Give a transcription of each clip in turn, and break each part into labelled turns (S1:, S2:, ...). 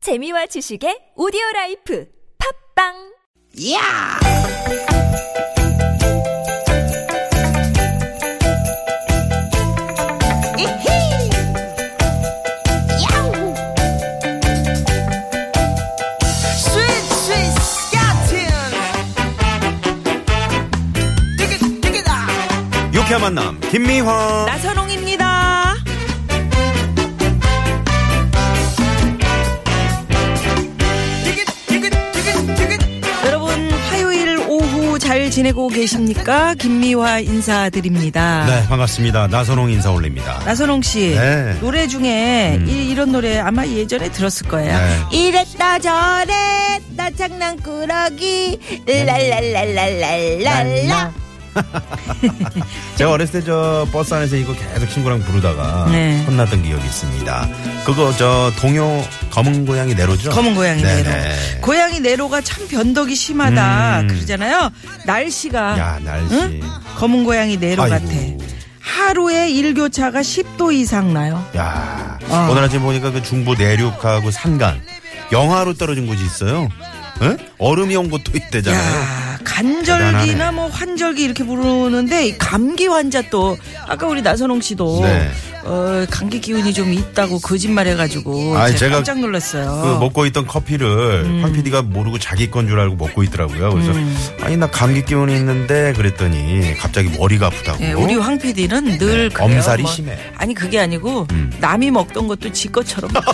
S1: 재미와 지식의 오디오 라이프 팝빵
S2: 야! 이히! 야우! 스윗 스윗 스카틴! 띠깃 띠깃아!
S3: 유쾌한 만남 김미화
S2: 나선홍입니다. 띠깃 띠깃 띠깃 띠깃
S4: 여러분 화요일 오후 잘 지내고 계십니까? 김미화 인사드립니다.
S3: 네 반갑습니다 나선홍 인사 올립니다
S4: 나선홍 씨
S3: 네. 음.
S4: 노래 중에 이, 이런 노래 아마 예전에 들었을 거예요.
S3: 네.
S4: 이랬다 저랬다 장난꾸러기 랄랄랄랄랄랄라
S3: 제가 어렸을 때 저 버스 안에서 이거 계속 친구랑 부르다가
S4: 네.
S3: 혼났던 기억이 있습니다 그거 저 동요 검은 고양이 내로죠
S4: 검은 고양이
S3: 네네.
S4: 내로 고양이 내로가 참 변덕이 심하다
S3: 음.
S4: 그러잖아요. 날씨가
S3: 야 날씨
S4: 응? 검은 고양이 내로
S3: 아이고.
S4: 같아. 하루에 일교차가 10도 이상 나요.
S3: 야
S4: 아.
S3: 오늘 아침 보니까 그 중부 내륙하고 산간 영하로 떨어진 곳이 있어요 응? 얼음이 온 곳도 있대잖아요
S4: 야, 간절기나
S3: 대단하네.
S4: 뭐 환절기 이렇게 부르는데 이 감기 환자 또 아까 우리 나선홍 씨도
S3: 네.
S4: 어, 감기 기운이 좀 있다고 거짓말 해가지고
S3: 아니,
S4: 제가,
S3: 제가
S4: 깜짝 놀랐어요.
S3: 그 먹고 있던 커피를
S4: 음.
S3: 황 PD가 모르고 자기 건 줄 알고 먹고 있더라고요. 그래서 아니 나 감기 기운이 있는데 그랬더니 갑자기 머리가 아프다고.
S4: 예, 우리 황 PD는
S3: 네,
S4: 늘 그래요. 뭐
S3: 엄살이 심해. 음.
S4: 아니 그게 아니고 남이 먹던 것도 지 것처럼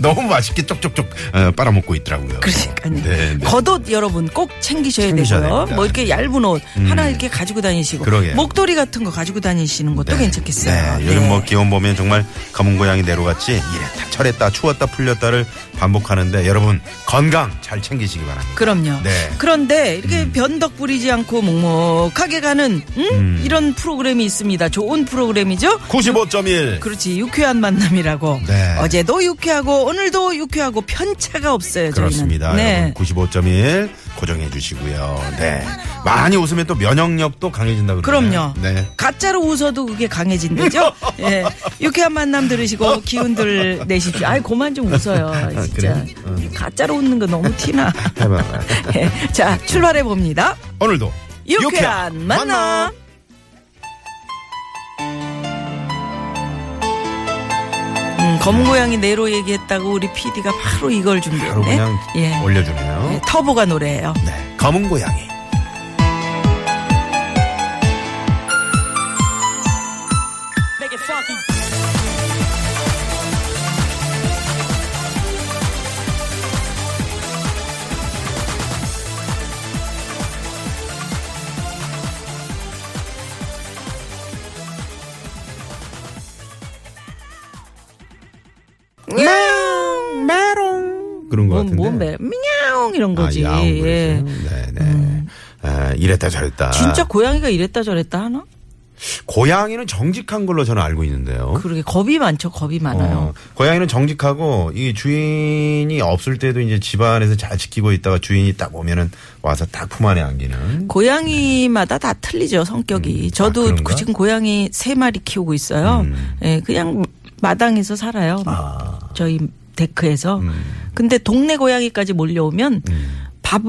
S3: 너무 맛있게 쪽쪽쪽 어, 빨아먹고 있더라고요.
S4: 그러니까요.
S3: 네, 네.
S4: 겉옷 여러분 꼭 챙기셔야
S3: 챙기셔야
S4: 되고요.
S3: 됩니다. 음.
S4: 뭐 이렇게 얇은 옷 하나 이렇게 가지고 다니시고
S3: 그러게요.
S4: 목도리 같은 거 가지고 다니시는 것도 괜찮겠어요.
S3: 네, 요즘
S4: 네.
S3: 뭐 기온 보면 정말 검은 고양이 내로같이 이랬다 저랬다 추웠다 풀렸다를 반복하는데 여러분 건강 잘 챙기시기 바랍니다.
S4: 그럼요.
S3: 네.
S4: 그런데 이렇게 변덕 부리지 않고 묵묵하게 가는 응?
S3: 음.
S4: 이런 프로그램이 있습니다. 좋은 프로그램이죠.
S3: 95.1
S4: 그렇지 유쾌한 만남이라고
S3: 네.
S4: 어제도 유쾌하고 오늘도 유쾌하고 편차가 없어요. 저희는.
S3: 그렇습니다.
S4: 네.
S3: 여러분 95.1 고정해 주시고요. 네. 많이 웃으면 또 면역력도 강해진다고 그러네요.
S4: 그럼요.
S3: 네.
S4: 가짜로 웃어도 그게 강해진대죠. 예. 유쾌한 만남 들으시고 기운들 내십시오. 아이 그만 좀 웃어요. 진짜
S3: 그래요? 응.
S4: 가짜로 웃는 거 너무 티나.
S3: 해봐봐.
S4: 예. 자 출발해 봅니다.
S3: 오늘도
S4: 유쾌한 만남. 음, 검고양이 내로 얘기했다고 우리 PD가 바로 이걸 준비했네.
S3: 바로 그냥
S4: 예.
S3: 올려주네요.
S4: 예, 터보가 노래예요.
S3: 네. 검은 고양이.
S4: 야옹, 나롱.
S3: 그런 것 같은데.
S4: 뭐, 뭐, 매- 미야옹 이런 거지.
S3: 아, 야옹 그래서.
S4: 예. 음.
S3: 네, 네. 아, 이랬다 저랬다.
S4: 진짜 고양이가 이랬다 저랬다 하나?
S3: 고양이는 정직한 걸로 저는 알고 있는데요.
S4: 그러게 겁이 많죠. 겁이 많아요.
S3: 어, 고양이는 정직하고 이 주인이 없을 때도 이제 집안에서 잘 지키고 있다가 주인이 딱 오면은 와서 딱 품 안에 안기는.
S4: 고양이마다 다 틀리죠 성격이. 저도
S3: 음. 아, 그런가? 음.
S4: 그 지금 고양이 세 마리 키우고 있어요. 예, 그냥 마당에서 살아요. 저희 데크에서.
S3: 음.
S4: 근데 동네 고양이까지 몰려오면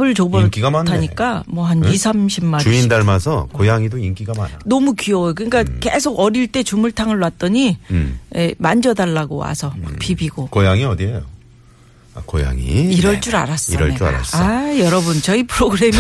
S4: 밥을
S3: 인기가 많네.
S4: 줘버릇하니까 뭐 한 2, 30마리.
S3: 주인 닮아서 고양이도 인기가 많아.
S4: 너무 귀여워요. 그러니까 계속 어릴 때 주물탕을 놨더니
S3: 음.
S4: 예, 만져달라고 와서 막 비비고.
S3: 고양이 어디예요? 아, 고양이.
S4: 이럴
S3: 네.
S4: 줄 알았어.
S3: 이럴
S4: 내가.
S3: 줄 알았어.
S4: 아, 여러분, 저희 프로그램이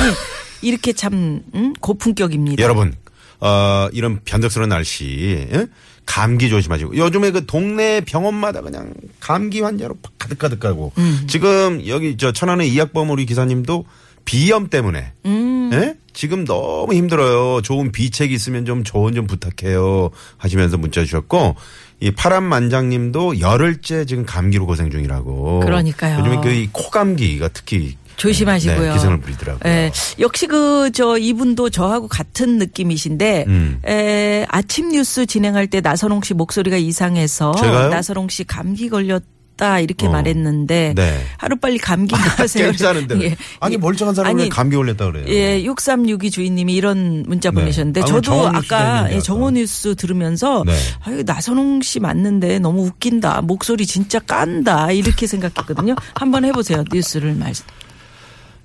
S4: 이렇게 참 음? 고품격입니다.
S3: 여러분, 어, 이런 변덕스러운 날씨, 예? 감기 조심하시고. 요즘에 그 동네 병원마다 그냥 감기 환자로 팍 가득가득 가고.
S4: 음.
S3: 지금 여기 저 천안의 이학범 우리 기사님도 비염 때문에.
S4: 음.
S3: 예? 지금 너무 힘들어요. 좋은 비책 있으면 좀 조언 좀 부탁해요. 하시면서 문자 주셨고. 이 파란만장님도 열흘째 지금 감기로 고생 중이라고.
S4: 그러니까요.
S3: 요즘에 그 이 코감기가 특히
S4: 조심하시고요.
S3: 네, 기승을 부리더라고요.
S4: 예, 역시 그 저 이분도 저하고 같은 느낌이신데 예,
S3: 음.
S4: 에, 아침 뉴스 진행할 때 나선홍 씨 목소리가 이상해서
S3: 제가요?
S4: 나선홍 씨 감기 걸렸. 없다 이렇게
S3: 어.
S4: 말했는데
S3: 네.
S4: 하루빨리 감기
S3: 아,
S4: 나세요.
S3: 괜찮은데. 아니, 멀쩡한 사람을 왜 감기 올렸다 그래요?
S4: 예, 6362 주인님이 이런 문자
S3: 네.
S4: 보내셨는데
S3: 아, 그럼
S4: 저도
S3: 정원우 씨가
S4: 아까
S3: 있는데
S4: 예, 정원 뉴스 들으면서
S3: 네.
S4: 아유 나선홍 씨 맞는데 너무 웃긴다 목소리 진짜 깐다 이렇게 생각했거든요. 한번 해보세요 뉴스를 말.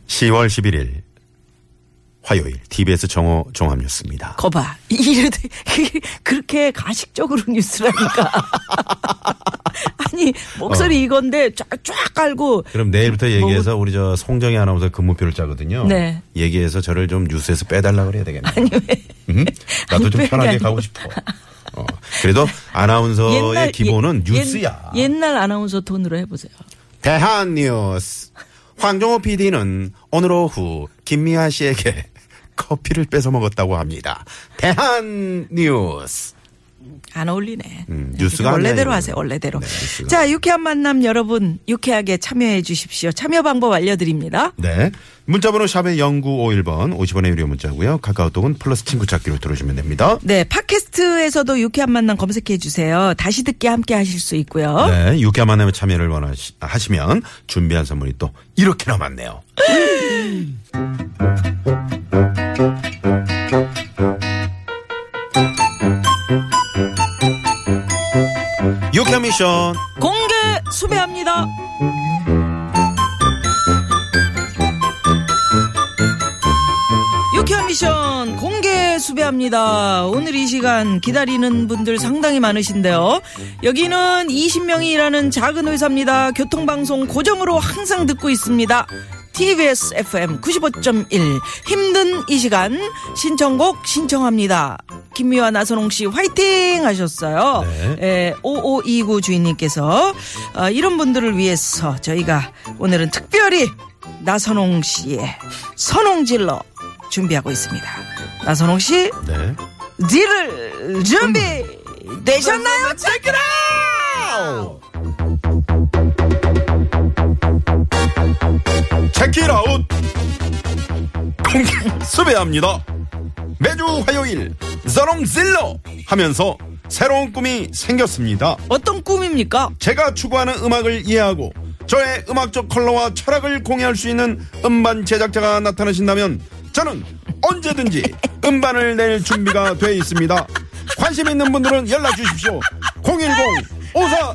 S3: 10월 11일 화요일 TBS 정호 종합뉴스입니다.
S4: 거봐 이래 그렇게 가식적으로 뉴스라니까. 아니 목소리 이건데 쫙쫙 깔고
S3: 어. 그럼 내일부터 얘기해서 우리 저 송정희 아나운서 근무표를 짜거든요.
S4: 뭐, 네.
S3: 얘기해서 저를 좀 뉴스에서 빼달라 그래야 되겠네. 아니 왜? 나도 좀
S4: 안 빼는
S3: 편하게
S4: 게
S3: 가고 싶어. 어. 그래도 아나운서의 어, 기본은
S4: 예-
S3: 뉴스야.
S4: 옛, 날 아나운서 톤으로 해보세요.
S3: 대한 뉴스. 황종호 PD는 오늘 오후 김미아 씨에게 커피를 뺏어 먹었다고 합니다. 대한 뉴스.
S4: 안 어울리네.
S3: 음, 뉴스가
S4: 원래대로
S3: 안 나요,
S4: 하세요.
S3: 이거는.
S4: 원래대로.
S3: 네, 뉴스가.
S4: 자, 유쾌한 만남 여러분 유쾌하게 참여해 주십시오. 참여 방법 알려드립니다.
S3: 네. 문자번호 샵의 0951번 50원의 유료 문자고요. 카카오톡은 플러스 친구 찾기로 들어주시면 됩니다.
S4: 네, 팟캐스트에서도 유쾌한 만남 검색해 주세요. 다시 듣기 함께 하실 수 있고요.
S3: 네, 유쾌한 만남에 참여를 원하시면 준비한 선물이 또 이렇게나 많네요. 유쾌한 미션.
S4: 공개 수배합니다. 유쾌한 미션 공개 수배합니다. 오늘 이 시간 기다리는 분들 상당히 많으신데요. 여기는 20명이 일하는 작은 회사입니다. 교통방송 고정으로 항상 듣고 있습니다. TBS FM 95.1 힘든 이 시간 신청곡 신청합니다. 김미화 나선홍 씨 화이팅 하셨어요.
S3: 네.
S4: 에, 5529 주인님께서 어, 이런 분들을 위해서 저희가 오늘은 특별히 나선홍 씨의 선홍질러 준비하고 있습니다. 나선홍 씨
S3: 네.
S4: 딜을 준비 되셨나요? 체크라!
S3: 체키라 아웃. 공개 수배합니다. 매주 화요일 서롱질러 하면서 새로운 꿈이 생겼습니다.
S4: 어떤 꿈입니까?
S3: 제가 추구하는 음악을 이해하고 저의 음악적 컬러와 철학을 공유할 수 있는 음반 제작자가 나타나신다면 저는 언제든지 음반을 낼 준비가 돼 있습니다. 관심 있는 분들은 연락 주십시오. 010 54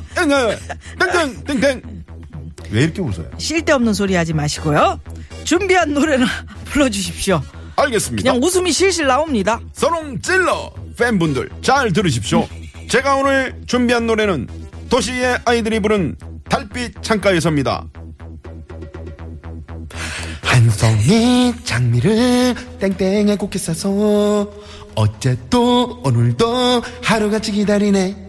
S3: 땡땡 땡땡 왜 이렇게 웃어요?
S4: 쓸데없는 소리 하지 마시고요. 준비한 노래나 불러주십시오.
S3: 알겠습니다.
S4: 그냥 웃음이 실실 나옵니다.
S3: 서롱 찔러 팬분들 잘 들으십시오. 제가 오늘 준비한 노래는 도시의 아이들이 부른 달빛 창가에서입니다.
S5: 한 송이 장미를 땡땡에 곱게 싸서 어제 또 오늘도 하루같이 기다리네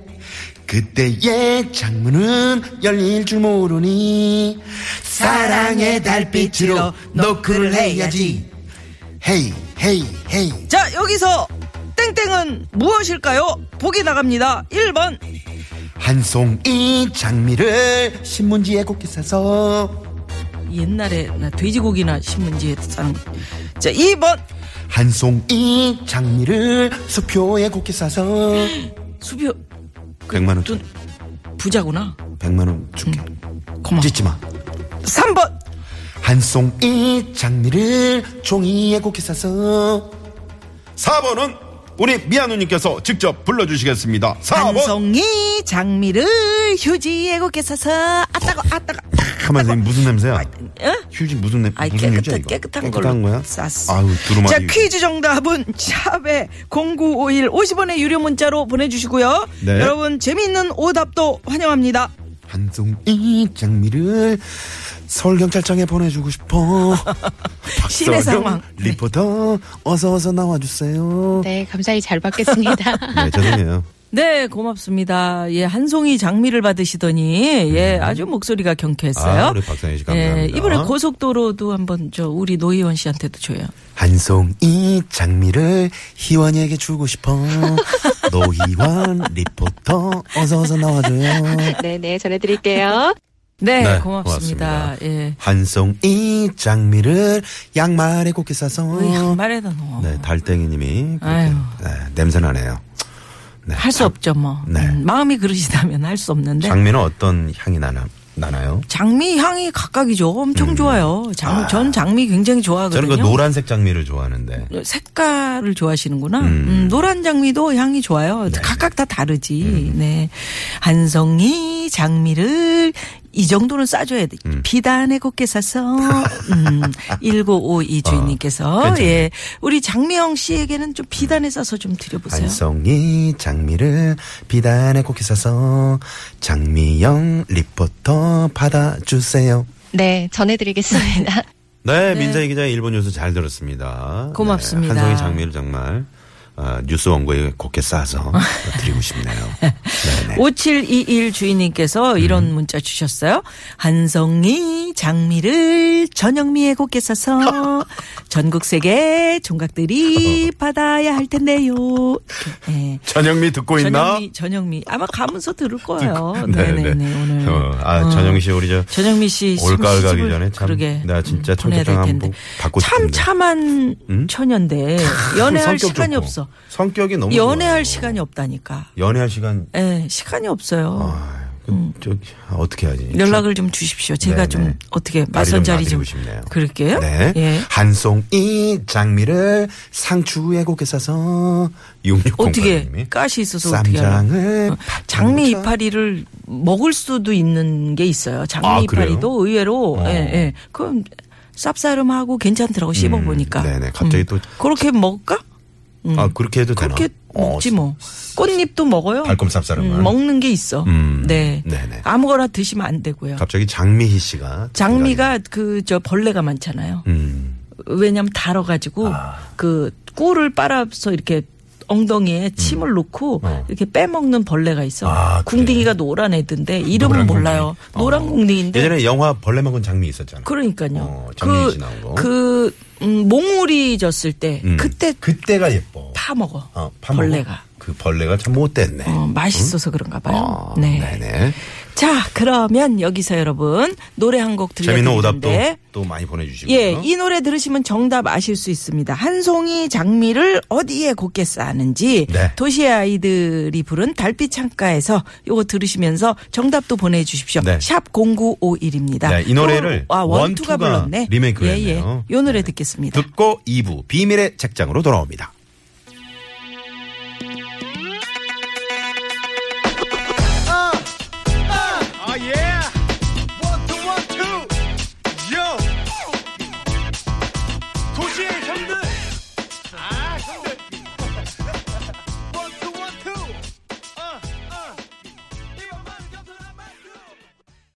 S5: 그때의 창문은 열릴 줄 모르니 사랑의 달빛으로 노크를 해야지 헤이 헤이 헤이
S4: 자, 여기서 땡땡은 무엇일까요? 보기 나갑니다. 1번,
S5: 한 송이 장미를 신문지에 곱게 싸서
S4: 옛날에 나 돼지고기나 신문지에 싸는 거. 자, 2번
S5: 한 송이 장미를 수표에 곱게 싸서
S4: 수표
S3: 100만 원
S4: 돈 부자구나. 음,
S3: 100만 원 줄게.
S4: 고마워.
S5: 찢지 마.
S4: 3번
S5: 한 송이 장미를 종이에 곱게 싸서
S3: 4번은 우리 미아누님께서 직접 불러주시겠습니다. 4번.
S4: 한송이 장미를 휴지에 곱게 싸서 아따고 아따고.
S3: 가만 선생님 무슨 냄새야? 휴지 무슨 냄새?
S4: 아이
S3: 무슨
S4: 깨끗한
S3: 휴지야, 이거?
S4: 깨끗한 걸로
S3: 깨끗한 거야?
S4: 쌌어.
S3: 아유 두루마리.
S4: 자 퀴즈 정답은 샵에 0951 50원의 유료 문자로 보내주시고요.
S3: 네.
S4: 여러분 재미있는 오답도 환영합니다.
S5: 한 송이 장미를 서울 경찰청에 보내주고 싶어.
S4: 시내 상황.
S3: 네.
S5: 리포터 어서 어서 나와주세요.
S6: 네, 감사히 잘 받겠습니다.
S3: 네 죄송해요.
S4: 네, 고맙습니다. 예, 한송이 장미를 받으시더니 예, 아주 목소리가 경쾌했어요.
S3: 음. 아, 우리 박상희 씨 감사합니다.
S4: 예, 이번에 고속도로도 한번 저 우리 노희원 씨한테도 줘요.
S5: 한 송이 장미를 희원이에게 주고 싶어. 노희원 리포터 어서 어서 나와줘요.
S6: 네, 네, 전해드릴게요.
S4: 네,
S3: 네, 고맙습니다.
S4: 고맙습니다. 예.
S5: 한 송이 장미를 양말에 곱게 싸서.
S4: 어이, 양말에다 넣어.
S3: 네 달땡이님이 그렇게
S4: 아유.
S3: 네, 냄새 나네요. 네.
S4: 할 수 없죠, 뭐.
S3: 네.
S4: 음, 마음이 그러시다면 할 수 없는데.
S3: 장미는 어떤 향이 나나
S5: 나나요?
S4: 장미 향이 각각이죠. 엄청 좋아요. 장, 전 장미 굉장히 좋아하거든요.
S5: 음.
S4: 음,
S5: 저는 그 노란색 장미를 좋아하는데.
S4: 색깔을 좋아하시는구나. 음, 노란 장미도 향이 좋아요.
S5: 네.
S4: 각각 다 다르지.
S5: 음.
S4: 네. 한송이 장미를 이 정도는 싸줘야 돼.
S5: 음.
S4: 비단에 곱게 사서, 음, 1952 주인님께서,
S5: 아, 괜찮네.
S4: 예. 우리 장미영 씨에게는 좀 비단에 싸서 좀 드려보세요.
S5: 한송이 장미를 비단에 꼭 싸서 장미영 리포터 받아주세요.
S6: 네, 전해드리겠습니다.
S5: 네, 민선희 기자의 일본 뉴스 잘 들었습니다.
S4: 고맙습니다.
S5: 네, 한송이 장미를 정말 어, 뉴스 원고에 곱게 싸서 드리고 싶네요. 네네.
S4: 5721 주인님께서
S5: 음.
S4: 이런 문자 주셨어요. 한성이 장미를 전영미에 곱게 싸서 전국 세계 종각들이 받아야 할 텐데요. 이렇게, 예.
S5: 전영미 듣고 있나?
S4: 전영미, 전영미. 아마 가면서 들을 거예요.
S5: 네,
S4: 네네네,
S5: 네.
S4: 오늘.
S5: 어, 아, 전영미 씨 우리 저
S4: 전영미 씨.
S5: 올 가을 가기
S4: 시집을
S5: 전에 참
S4: 그러게 음,
S5: 내가 진짜
S4: 보내야
S5: 청첩장
S4: 될
S5: 한번
S4: 텐데.
S5: 받고
S4: 참
S5: 싶은데. 음?
S4: 참한 처녀인데 연애할 시간이
S5: 좋고.
S4: 없어.
S5: 성격이 너무
S4: 연애할
S5: 좋아요.
S4: 시간이 없다니까.
S5: 연애할 시간
S4: 예, 시간이 없어요.
S5: 아, 그, 저기 아, 어떻게 하지?
S4: 음. 연락을 좀 주십시오. 제가
S5: 네네.
S4: 좀 어떻게
S5: 다리 좀
S4: 맞선 자리 좀
S5: 놔드리고 싶네요.
S4: 그럴게요.
S5: 네.
S4: 예.
S5: 한송이 장미를 상추에 곱게 싸서 6608
S4: 어떻게
S5: 님이
S4: 가시 있어서 어떻게 하나?
S5: 쌈장을
S4: 장미
S5: 반찬-
S4: 이파리를 먹을 수도 있는 게 있어요. 장미
S5: 아, 그래요?
S4: 이파리도 의외로
S5: 어.
S4: 예, 예. 그럼 쌉싸름하고 괜찮더라고 씹어 보니까.
S5: 음,
S4: 음.
S5: 네네. 갑자기 또-
S4: 그렇게 먹을까? 음.
S5: 아 그렇게 해도
S4: 그렇게
S5: 되나?
S4: 먹지 뭐. 꽃잎도 먹어요.
S5: 달콤 쌉싸름한.
S4: 음, 먹는 게 있어.
S5: 음.
S4: 네.
S5: 네네.
S4: 아무거나 드시면 안 되고요.
S5: 어, 갑자기 장미희 씨가
S4: 장미가 그 저 벌레가 많잖아요.
S5: 음.
S4: 왜냐면 달아가지고 그 꿀을 빨아서 이렇게 엉덩이에 침을 놓고 이렇게 빼먹는 벌레가 있어.
S5: 음. 어. 아, 그래.
S4: 궁딩이가 노란 애던데 이름은
S5: 노란
S4: 몰라요.
S5: 궁딩이.
S4: 노란
S5: 어.
S4: 궁딩인데.
S5: 예전에 영화 벌레 먹은 장미 있었잖아요.
S4: 그러니까요.
S5: 어, 장미에
S4: 그,
S5: 지나온 거.
S4: 그, 음, 몽우리 졌을 때
S5: 음.
S4: 그때
S5: 그때가 예뻐.
S4: 다 먹어.
S5: 어, 파먹어.
S4: 벌레가.
S5: 그 벌레가 참 못됐네.
S4: 어, 맛있어서 그런가 봐요.
S5: 어,
S4: 네.
S5: 네네.
S4: 자, 그러면 여기서 여러분 노래 한 곡
S5: 재미있는
S4: 들려드릴
S5: 오답도
S4: 텐데
S5: 또 많이 보내주시고요.
S4: 예, 이 노래 들으시면 정답 아실 수 있습니다. 한 송이 장미를 어디에 곱게 싸는지
S5: 네.
S4: 도시의 아이들이 부른 달빛 창가에서 요거 들으시면서 정답도 보내주십시오.
S5: 네.
S4: 샵 0951입니다.
S5: 네, 이 노래를
S4: 아, 원투가
S5: 원투가
S4: 불렀네.
S5: 리메이크를
S4: 예, 예.
S5: 했네요.
S4: 요 노래 듣겠습니다.
S5: 듣고 2부 비밀의 책장으로 돌아옵니다.